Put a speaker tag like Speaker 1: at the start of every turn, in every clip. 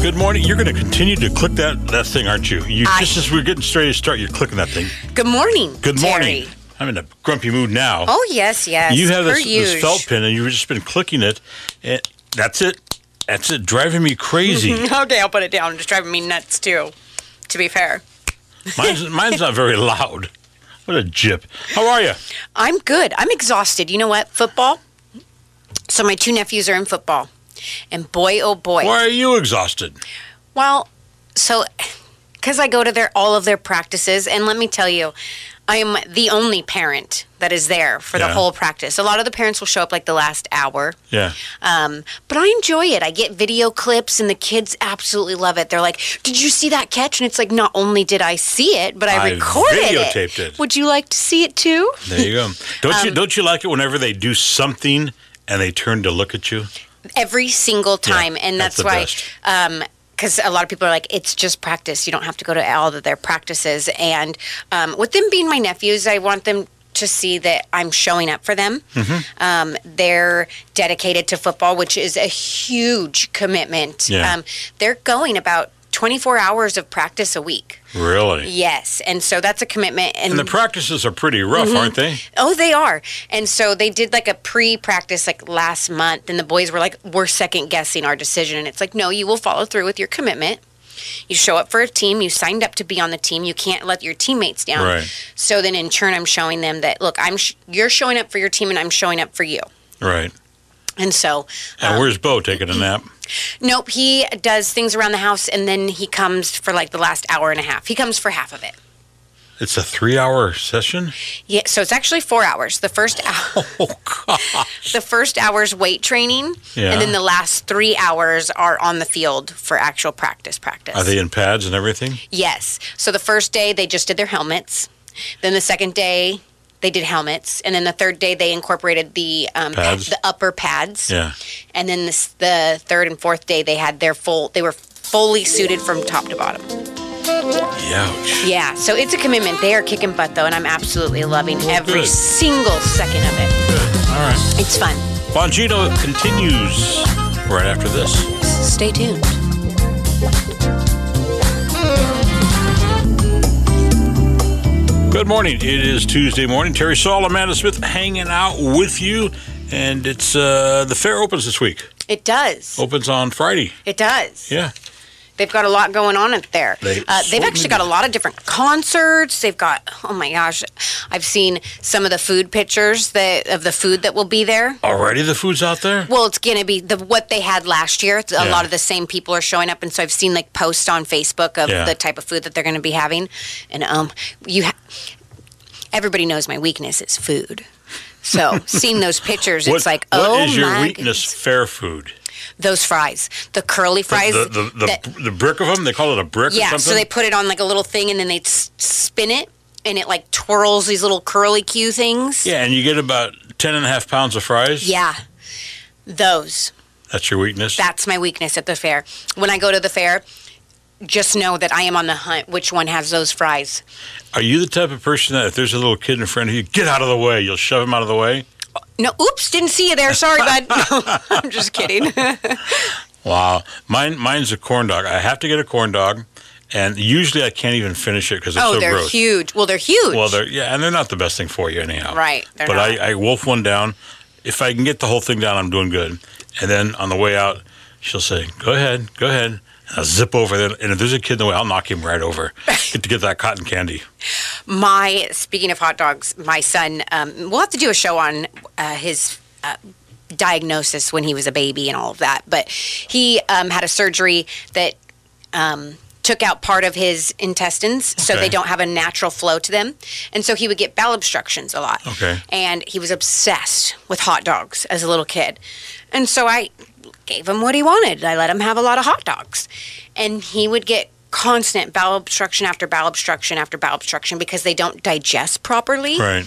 Speaker 1: Good morning. You're going to continue to click that, that thing, aren't you? You
Speaker 2: I-
Speaker 1: just as we're getting straight to start, you're clicking that thing.
Speaker 2: Good morning.
Speaker 1: Good morning.
Speaker 2: Terry.
Speaker 1: I'm in a grumpy mood now.
Speaker 2: Oh yes, yes.
Speaker 1: you have
Speaker 2: per
Speaker 1: this, this
Speaker 2: usual.
Speaker 1: felt pen, and you've just been clicking it. And that's it. That's it. Driving me crazy.
Speaker 2: Okay, I'll put it down. It's driving me nuts too. To be fair,
Speaker 1: mine's mine's not very loud. What a jip. How are you?
Speaker 2: I'm good. I'm exhausted. You know what? Football. So my two nephews are in football, and boy, oh boy.
Speaker 1: Why are you exhausted?
Speaker 2: Well, so because I go to their all of their practices, and let me tell you, I am the only parent that is there for
Speaker 1: Yeah.
Speaker 2: the whole practice. A lot of the parents will show up like the last hour.
Speaker 1: Yeah.
Speaker 2: Um, but I enjoy it. I get video clips, and the kids absolutely love it. They're like, "Did you see that catch?" And it's like, not only did I see it, but I,
Speaker 1: I
Speaker 2: recorded
Speaker 1: videotaped it.
Speaker 2: Would you like to see it too?
Speaker 1: There you go. Don't
Speaker 2: Um,
Speaker 1: you don't you like it whenever they do something and they turn to look at you?
Speaker 2: Every single time, and
Speaker 1: that's
Speaker 2: that's,
Speaker 1: the best.
Speaker 2: why. Because a lot of people are like, it's just practice. You don't have to go to all of their practices. And um, with them being my nephews, I want them to see that I'm showing up for them.
Speaker 1: Mm-hmm.
Speaker 2: Um, they're dedicated to football, which is a huge commitment.
Speaker 1: Yeah.
Speaker 2: Um, they're going about 24 hours of practice a week.
Speaker 1: Really?
Speaker 2: Yes, and so that's a commitment. And,
Speaker 1: And the practices are pretty rough, aren't they?
Speaker 2: oh, they are. And so they did like a pre-practice like last month, and the boys were like, "We're second guessing our decision." And it's like, no, you will follow through with your commitment. You show up for a team. You signed up to be on the team. You can't let your teammates down.
Speaker 1: Right.
Speaker 2: So then, in turn, I'm showing them that look, I'm sh- you're showing up for your team, and I'm showing up for you.
Speaker 1: Right.
Speaker 2: And so,
Speaker 1: And where's Bo taking a nap?
Speaker 2: nope, he does things around the house, and then he comes for like the last hour and a half. He comes for half of it.
Speaker 1: It's a three-hour session.
Speaker 2: Yeah, so it's actually four hours. The first hour,
Speaker 1: Oh God!
Speaker 2: the first hour's weight training,
Speaker 1: Yeah.
Speaker 2: and then the last three hours are on the field for actual practice. Practice.
Speaker 1: Are they in pads and everything?
Speaker 2: yes. So the first day they just did their helmets. Then the second day they did helmets, and then the third day they incorporated the um,
Speaker 1: Pads?
Speaker 2: the upper pads.
Speaker 1: Yeah.
Speaker 2: And then this, the third and fourth day they had their full. They were fully suited from top to bottom.
Speaker 1: Ouch.
Speaker 2: Yeah. So it's a commitment. They are kicking butt though, and I'm absolutely loving every
Speaker 1: good.
Speaker 2: single second of it.
Speaker 1: All right.
Speaker 2: It's fun.
Speaker 1: Bongino continues right after this.
Speaker 2: Stay tuned.
Speaker 1: Good morning. It is Tuesday morning. Terry Saul, Amanda Smith, hanging out with you, and it's uh, the fair opens this week.
Speaker 2: It does.
Speaker 1: Opens on Friday.
Speaker 2: It does.
Speaker 1: Yeah.
Speaker 2: They've got a lot going on up there.
Speaker 1: They
Speaker 2: uh, they've
Speaker 1: certainly
Speaker 2: actually got a lot of different concerts. They've got oh my gosh, I've seen some of the food pictures that of the food that will be there.
Speaker 1: Already the food's out there.
Speaker 2: Well, it's gonna be the what they had last year. It's- A
Speaker 1: Yeah.
Speaker 2: lot of the same people are showing up, and so I've seen like posts on Facebook of
Speaker 1: Yeah.
Speaker 2: the type of food that they're gonna be having. And um, you, ha- everybody knows my weakness is food. So seeing those pictures, it's like oh
Speaker 1: what is your
Speaker 2: my
Speaker 1: weakness?
Speaker 2: goodness.
Speaker 1: Fair food.
Speaker 2: Those fries, the curly fries,
Speaker 1: The the, the,
Speaker 2: that-
Speaker 1: the brick of them. They call it a brick
Speaker 2: Yeah,
Speaker 1: or something.
Speaker 2: so they put it on like a little thing and then they s- spin it and it like twirls these little curly Q things.
Speaker 1: yeah, and you get about ten and a half pounds of fries.
Speaker 2: Yeah. Those.
Speaker 1: That's your weakness.
Speaker 2: That's my weakness at the fair. When I go to the fair, just know that I am on the hunt which one has those fries.
Speaker 1: Are you the type of person that if there's a little kid in front of you, get out of the way, you'll shove him out of the way?
Speaker 2: No, oops, didn't see you there. Sorry, bud. No, I'm just kidding.
Speaker 1: Wow. Mine, mine's a corn dog. I have to get a corn dog, and usually I can't even finish it because it's
Speaker 2: oh,
Speaker 1: so
Speaker 2: they're
Speaker 1: gross.
Speaker 2: huge. Well, they're huge.
Speaker 1: Well, they're yeah, and they're not the best thing for you anyhow.
Speaker 2: Right, they're
Speaker 1: But
Speaker 2: not.
Speaker 1: I, I wolf one down. If I can get the whole thing down, I'm doing good. And then on the way out, she'll say, "Go ahead, go ahead." And I'll zip over there, and if there's a kid in the way, I'll knock him right over. Get to get that cotton candy.
Speaker 2: My speaking of hot dogs, my son. Um, we'll have to do a show on uh, his uh, diagnosis when he was a baby and all of that. But he um, had a surgery that um, took out part of his intestines, so
Speaker 1: Okay.
Speaker 2: they don't have a natural flow to them, and so he would get bowel obstructions a lot.
Speaker 1: Okay.
Speaker 2: And he was obsessed with hot dogs as a little kid, and so I gave him what he wanted. I let him have a lot of hot dogs, and he would get constant bowel obstruction after bowel obstruction after bowel obstruction because they don't digest properly.
Speaker 1: Right.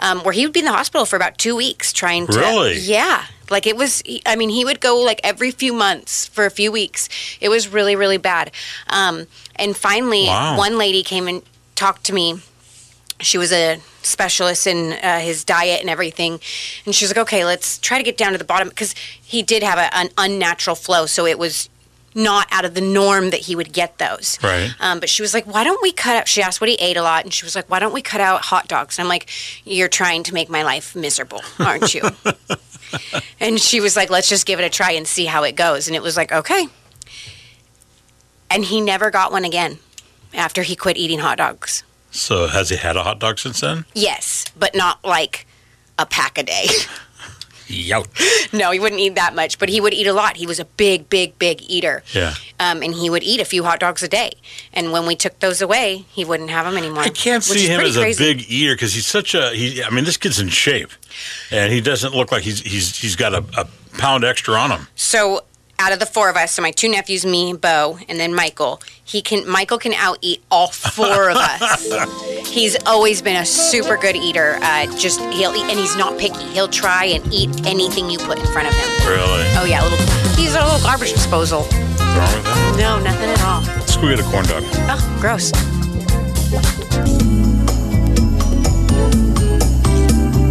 Speaker 2: Um, where he would be in the hospital for about two weeks trying to.
Speaker 1: Really?
Speaker 2: Yeah. Like it was, I mean, he would go like every few months for a few weeks. It was really, really bad. Um, and finally,
Speaker 1: Wow.
Speaker 2: one lady came and talked to me. She was a specialist in uh, his diet and everything. And she was like, okay, let's try to get down to the bottom because he did have a, an unnatural flow. So it was not out of the norm that he would get those.
Speaker 1: Right.
Speaker 2: Um, but she was like, why don't we cut out? She asked what he ate a lot, and she was like, why don't we cut out hot dogs? And I'm like, you're trying to make my life miserable, aren't you? and she was like, let's just give it a try and see how it goes. And it was like, okay. And he never got one again after he quit eating hot dogs.
Speaker 1: So has he had a hot dog since then?
Speaker 2: Yes, but not like a pack a day.
Speaker 1: Yout.
Speaker 2: no, he wouldn't eat that much, but he would eat a lot. He was a big, big, big eater.
Speaker 1: Yeah.
Speaker 2: Um, and he would eat a few hot dogs a day. And when we took those away, he wouldn't have them anymore.
Speaker 1: I can't
Speaker 2: which
Speaker 1: see
Speaker 2: is
Speaker 1: him
Speaker 2: pretty
Speaker 1: as
Speaker 2: crazy.
Speaker 1: a big eater because he's such a. He, I mean, this kid's in shape, and he doesn't look like he's he's he's got a, a pound extra on him.
Speaker 2: So out of the four of us, so my two nephews, me, Bo, and then Michael, he can Michael can out eat all four of us. He's always been a super good eater. Uh, just he'll eat, and he's not picky. He'll try and eat anything you put in front of him.
Speaker 1: Really?
Speaker 2: Oh yeah, a little. He's a little garbage disposal.
Speaker 1: What's wrong with that?
Speaker 2: No, nothing at all.
Speaker 1: Let's go get a corn dog.
Speaker 2: Oh, gross.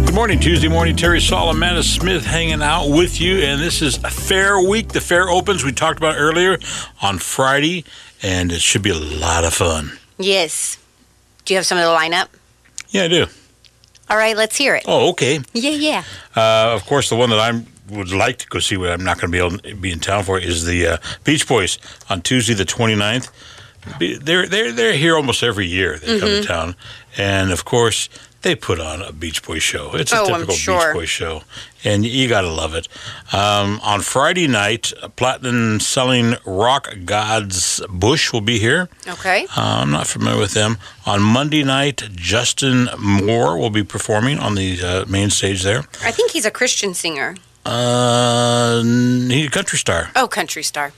Speaker 1: Good morning, Tuesday morning. Terry Saul, Amanda Smith hanging out with you. And this is a fair week. The fair opens, we talked about earlier, on Friday, and it should be a lot of fun.
Speaker 2: Yes. Do you have some of the lineup?
Speaker 1: Yeah, I do.
Speaker 2: All right, let's hear it.
Speaker 1: Oh, okay.
Speaker 2: Yeah, yeah.
Speaker 1: Uh, of course, the one that I would like to go see, but I'm not going to be able to be in town for, is the uh, Beach Boys on Tuesday, the 29th. Be- They're they're they're here almost every year. They come to
Speaker 2: Mm-hmm.
Speaker 1: town, and of course they put on a Beach Boy show. It's a
Speaker 2: Oh, I'm
Speaker 1: typical
Speaker 2: sure.
Speaker 1: Beach Boy show, and you gotta love it. Um, on Friday night, platinum selling rock gods Bush will be here.
Speaker 2: Okay.
Speaker 1: Uh, I'm not familiar with them. On Monday night, Justin Moore will be performing on the uh, main stage there.
Speaker 2: I think he's a Christian singer.
Speaker 1: Uh, he's a country star.
Speaker 2: Oh, country star.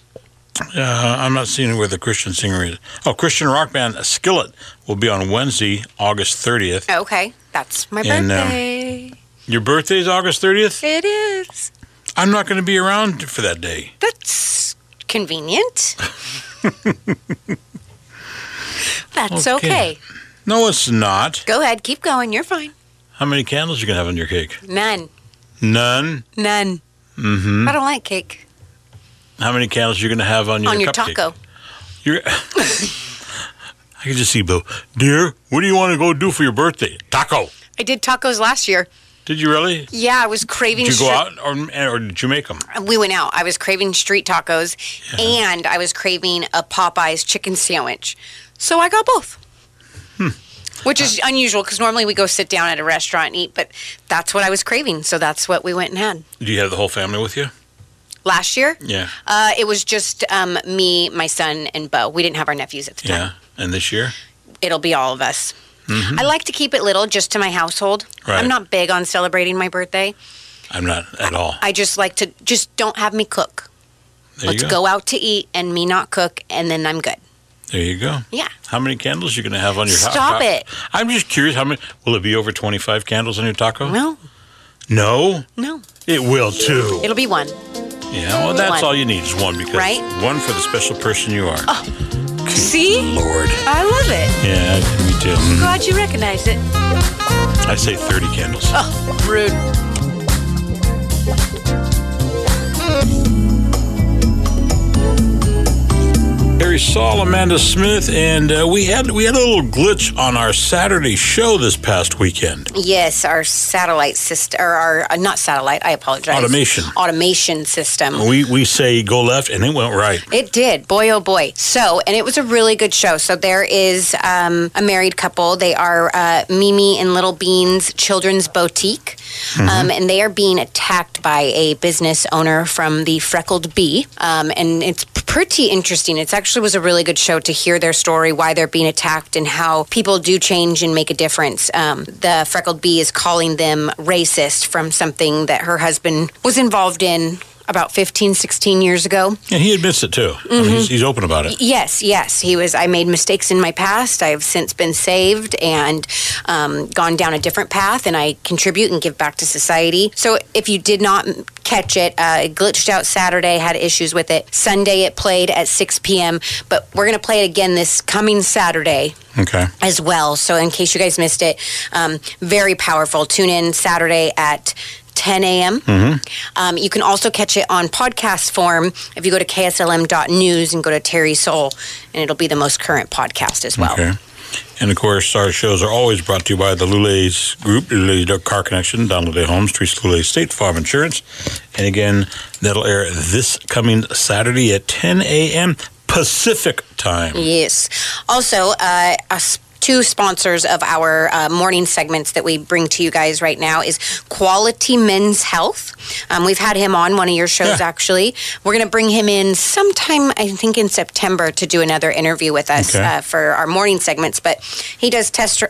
Speaker 1: Uh, I'm not seeing where the Christian singer is. Oh, Christian rock band Skillet will be on Wednesday, August 30th.
Speaker 2: Oh, Okay. That's my
Speaker 1: And, um,
Speaker 2: birthday.
Speaker 1: Your birthday is August 30th?
Speaker 2: it is.
Speaker 1: I'm not going to be around for that day.
Speaker 2: That's convenient. That's okay.
Speaker 1: Okay. No, it's not.
Speaker 2: Go ahead. Keep going. You're fine.
Speaker 1: How many candles you going to have on your cake?
Speaker 2: None.
Speaker 1: None.
Speaker 2: None.
Speaker 1: Mm-hmm.
Speaker 2: I don't like cake.
Speaker 1: How many candles you going to have on your
Speaker 2: On your
Speaker 1: cupcake?
Speaker 2: taco.
Speaker 1: You're- I can just see Bill. Dear, what do you want to go do for your birthday? Taco.
Speaker 2: I did tacos last year.
Speaker 1: Did you really?
Speaker 2: Yeah, I was craving
Speaker 1: Did you go
Speaker 2: stri-
Speaker 1: out or, or did you make them?
Speaker 2: we went out. I was craving street tacos and I was craving a Popeyes chicken sandwich. So I got both.
Speaker 1: Hmm.
Speaker 2: Which is unusual because normally we go sit down at a restaurant and eat, but that's what I was craving. So that's what we went and had.
Speaker 1: Do you have the whole family with you?
Speaker 2: Last year,
Speaker 1: Yeah.
Speaker 2: uh, it was just um, me, my son, and Bo. We didn't have our nephews at the time.
Speaker 1: Yeah, and this year,
Speaker 2: It'll be all of us. I like to keep it little just to my household.
Speaker 1: Mm-hmm. Right.
Speaker 2: I'm not big on celebrating my birthday.
Speaker 1: I'm not at all.
Speaker 2: I just like to, just don't have me cook.
Speaker 1: There
Speaker 2: Let's
Speaker 1: you
Speaker 2: go out to eat and me not cook, and then I'm good.
Speaker 1: There you go.
Speaker 2: Yeah.
Speaker 1: How many candles you gonna have on your ta-
Speaker 2: Stop
Speaker 1: ta-
Speaker 2: it.
Speaker 1: I'm just curious. How many? Will it be over 25 candles on your taco?
Speaker 2: No,
Speaker 1: No,
Speaker 2: no.
Speaker 1: it will too.
Speaker 2: It'll be one.
Speaker 1: yeah. Well, that's
Speaker 2: One.
Speaker 1: all you need is one because
Speaker 2: Right? Oh.
Speaker 1: one for the special person you are.
Speaker 2: See?
Speaker 1: Lord.
Speaker 2: I love it.
Speaker 1: Yeah, me too. Mhm.
Speaker 2: Glad you recognized it.
Speaker 1: I say 30 candles.
Speaker 2: Oh, rude.
Speaker 1: Harry Saul, Amanda Smith, and uh, we had we had a little glitch on our Saturday show this past weekend.
Speaker 2: Yes, our satellite system, or our, uh, not satellite, I apologize.
Speaker 1: Automation.
Speaker 2: Automation system.
Speaker 1: We we say go left, and it went right.
Speaker 2: It did. Boy, oh boy. So, and it was a really good show. So, there is um, a married couple. They are uh, Mimi and Little Beans Children's Boutique. Um, and they are being attacked by a business owner from the Freckled Bee. Um, and it's pretty interesting. It actually was a really good show to hear their story, why they're being attacked, and how people do change and make a difference. Um, the Freckled Bee is calling them racist from something that her husband was involved in about 15, 16 years ago.
Speaker 1: And he admits it too. I mean,
Speaker 2: Mm-hmm.
Speaker 1: he's, he's open about it.
Speaker 2: Yes, yes. He was, I made mistakes in my past. I have since been saved and um, gone down a different path, and I contribute and give back to society. So if you did not m- catch it, uh, it glitched out Saturday, had issues with it. Sunday it played at 6 p.m., but we're going to play it again this coming Saturday
Speaker 1: Okay.
Speaker 2: as well. So in case you guys missed it, um, very powerful. Tune in Saturday at 10 a.m. Um, you can also catch it on podcast form if you go to kslm.news and go to Terry Soul, and it'll be the most current podcast as well.
Speaker 1: Okay. And of course, our shows are always brought to you by the Lule's Group, Lule's Car Connection, Donald Day Homes, Teresa Lule State Farm Insurance. And again, that'll air this coming Saturday at 10 a.m. Pacific time.
Speaker 2: Yes. Also, uh, us two sponsors of our uh, morning segments that we bring to you guys right now is Quality Men's Health. Um, we've had him on one of your shows
Speaker 1: Yeah.
Speaker 2: actually. We're going to bring him in sometime, I think, in September to do another interview with us
Speaker 1: Okay.
Speaker 2: uh, for our morning segments. But he does test-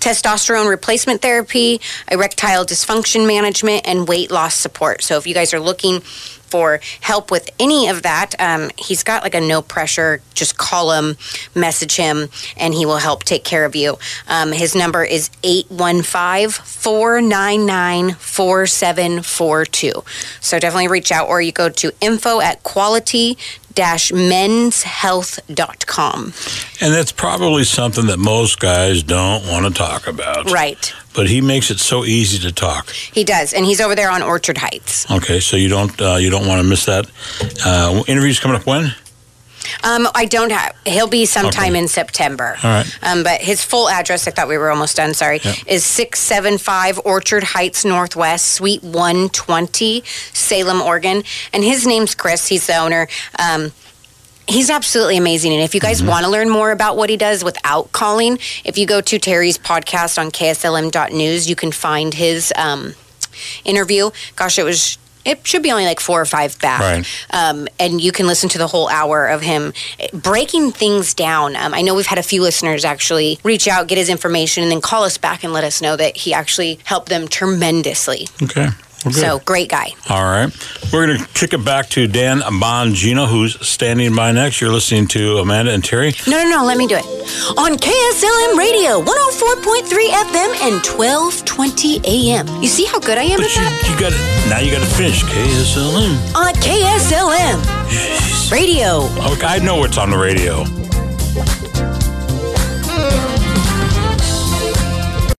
Speaker 2: testosterone replacement therapy, erectile dysfunction management, and weight loss support. So if you guys are looking for help with any of that, um, he's got like a no pressure. Just call him, message him, and he will help take care of you. Um, his number is 815 499 4742. So definitely reach out or you go to info at quality menshealth.com.
Speaker 1: And that's probably something that most guys don't want to talk about.
Speaker 2: Right.
Speaker 1: But he makes it so easy to talk.
Speaker 2: He does. And he's over there on Orchard Heights.
Speaker 1: Okay, so you don't uh, you don't want to miss that. Uh, interviews coming up when?
Speaker 2: Um, I don't have. He'll be sometime in September.
Speaker 1: All right.
Speaker 2: Um, but his full address, I thought we were almost done. Sorry,
Speaker 1: Yeah.
Speaker 2: is six seven five Orchard Heights Northwest, Suite one twenty, Salem, Oregon. And his name's Chris. He's the owner. Um, he's absolutely amazing. And if you guys want to learn more about what he does without calling, if you go to Terry's podcast on KSLM.news, you can find his um, interview. Gosh, it was. It should be only like four or five back.
Speaker 1: Right.
Speaker 2: Um, and you can listen to the whole hour of him eh, breaking things down. Um, I know we've had a few listeners actually reach out, get his information, and then call us back and let us know that he actually helped them tremendously.
Speaker 1: Okay. We're good.
Speaker 2: So great guy.
Speaker 1: All right. We're going to kick it back to Dan Bongino, who's standing by next. You're listening to Amanda and Terry.
Speaker 2: No, no, no, let me do it. On KSLM Radio, 104.3 FM and 1220 AM. You see how good I am at
Speaker 1: But you,
Speaker 2: that?
Speaker 1: you got it. Now you got to finish KSLM.
Speaker 2: On KSLM Radio.
Speaker 1: Okay, I know it's on the radio.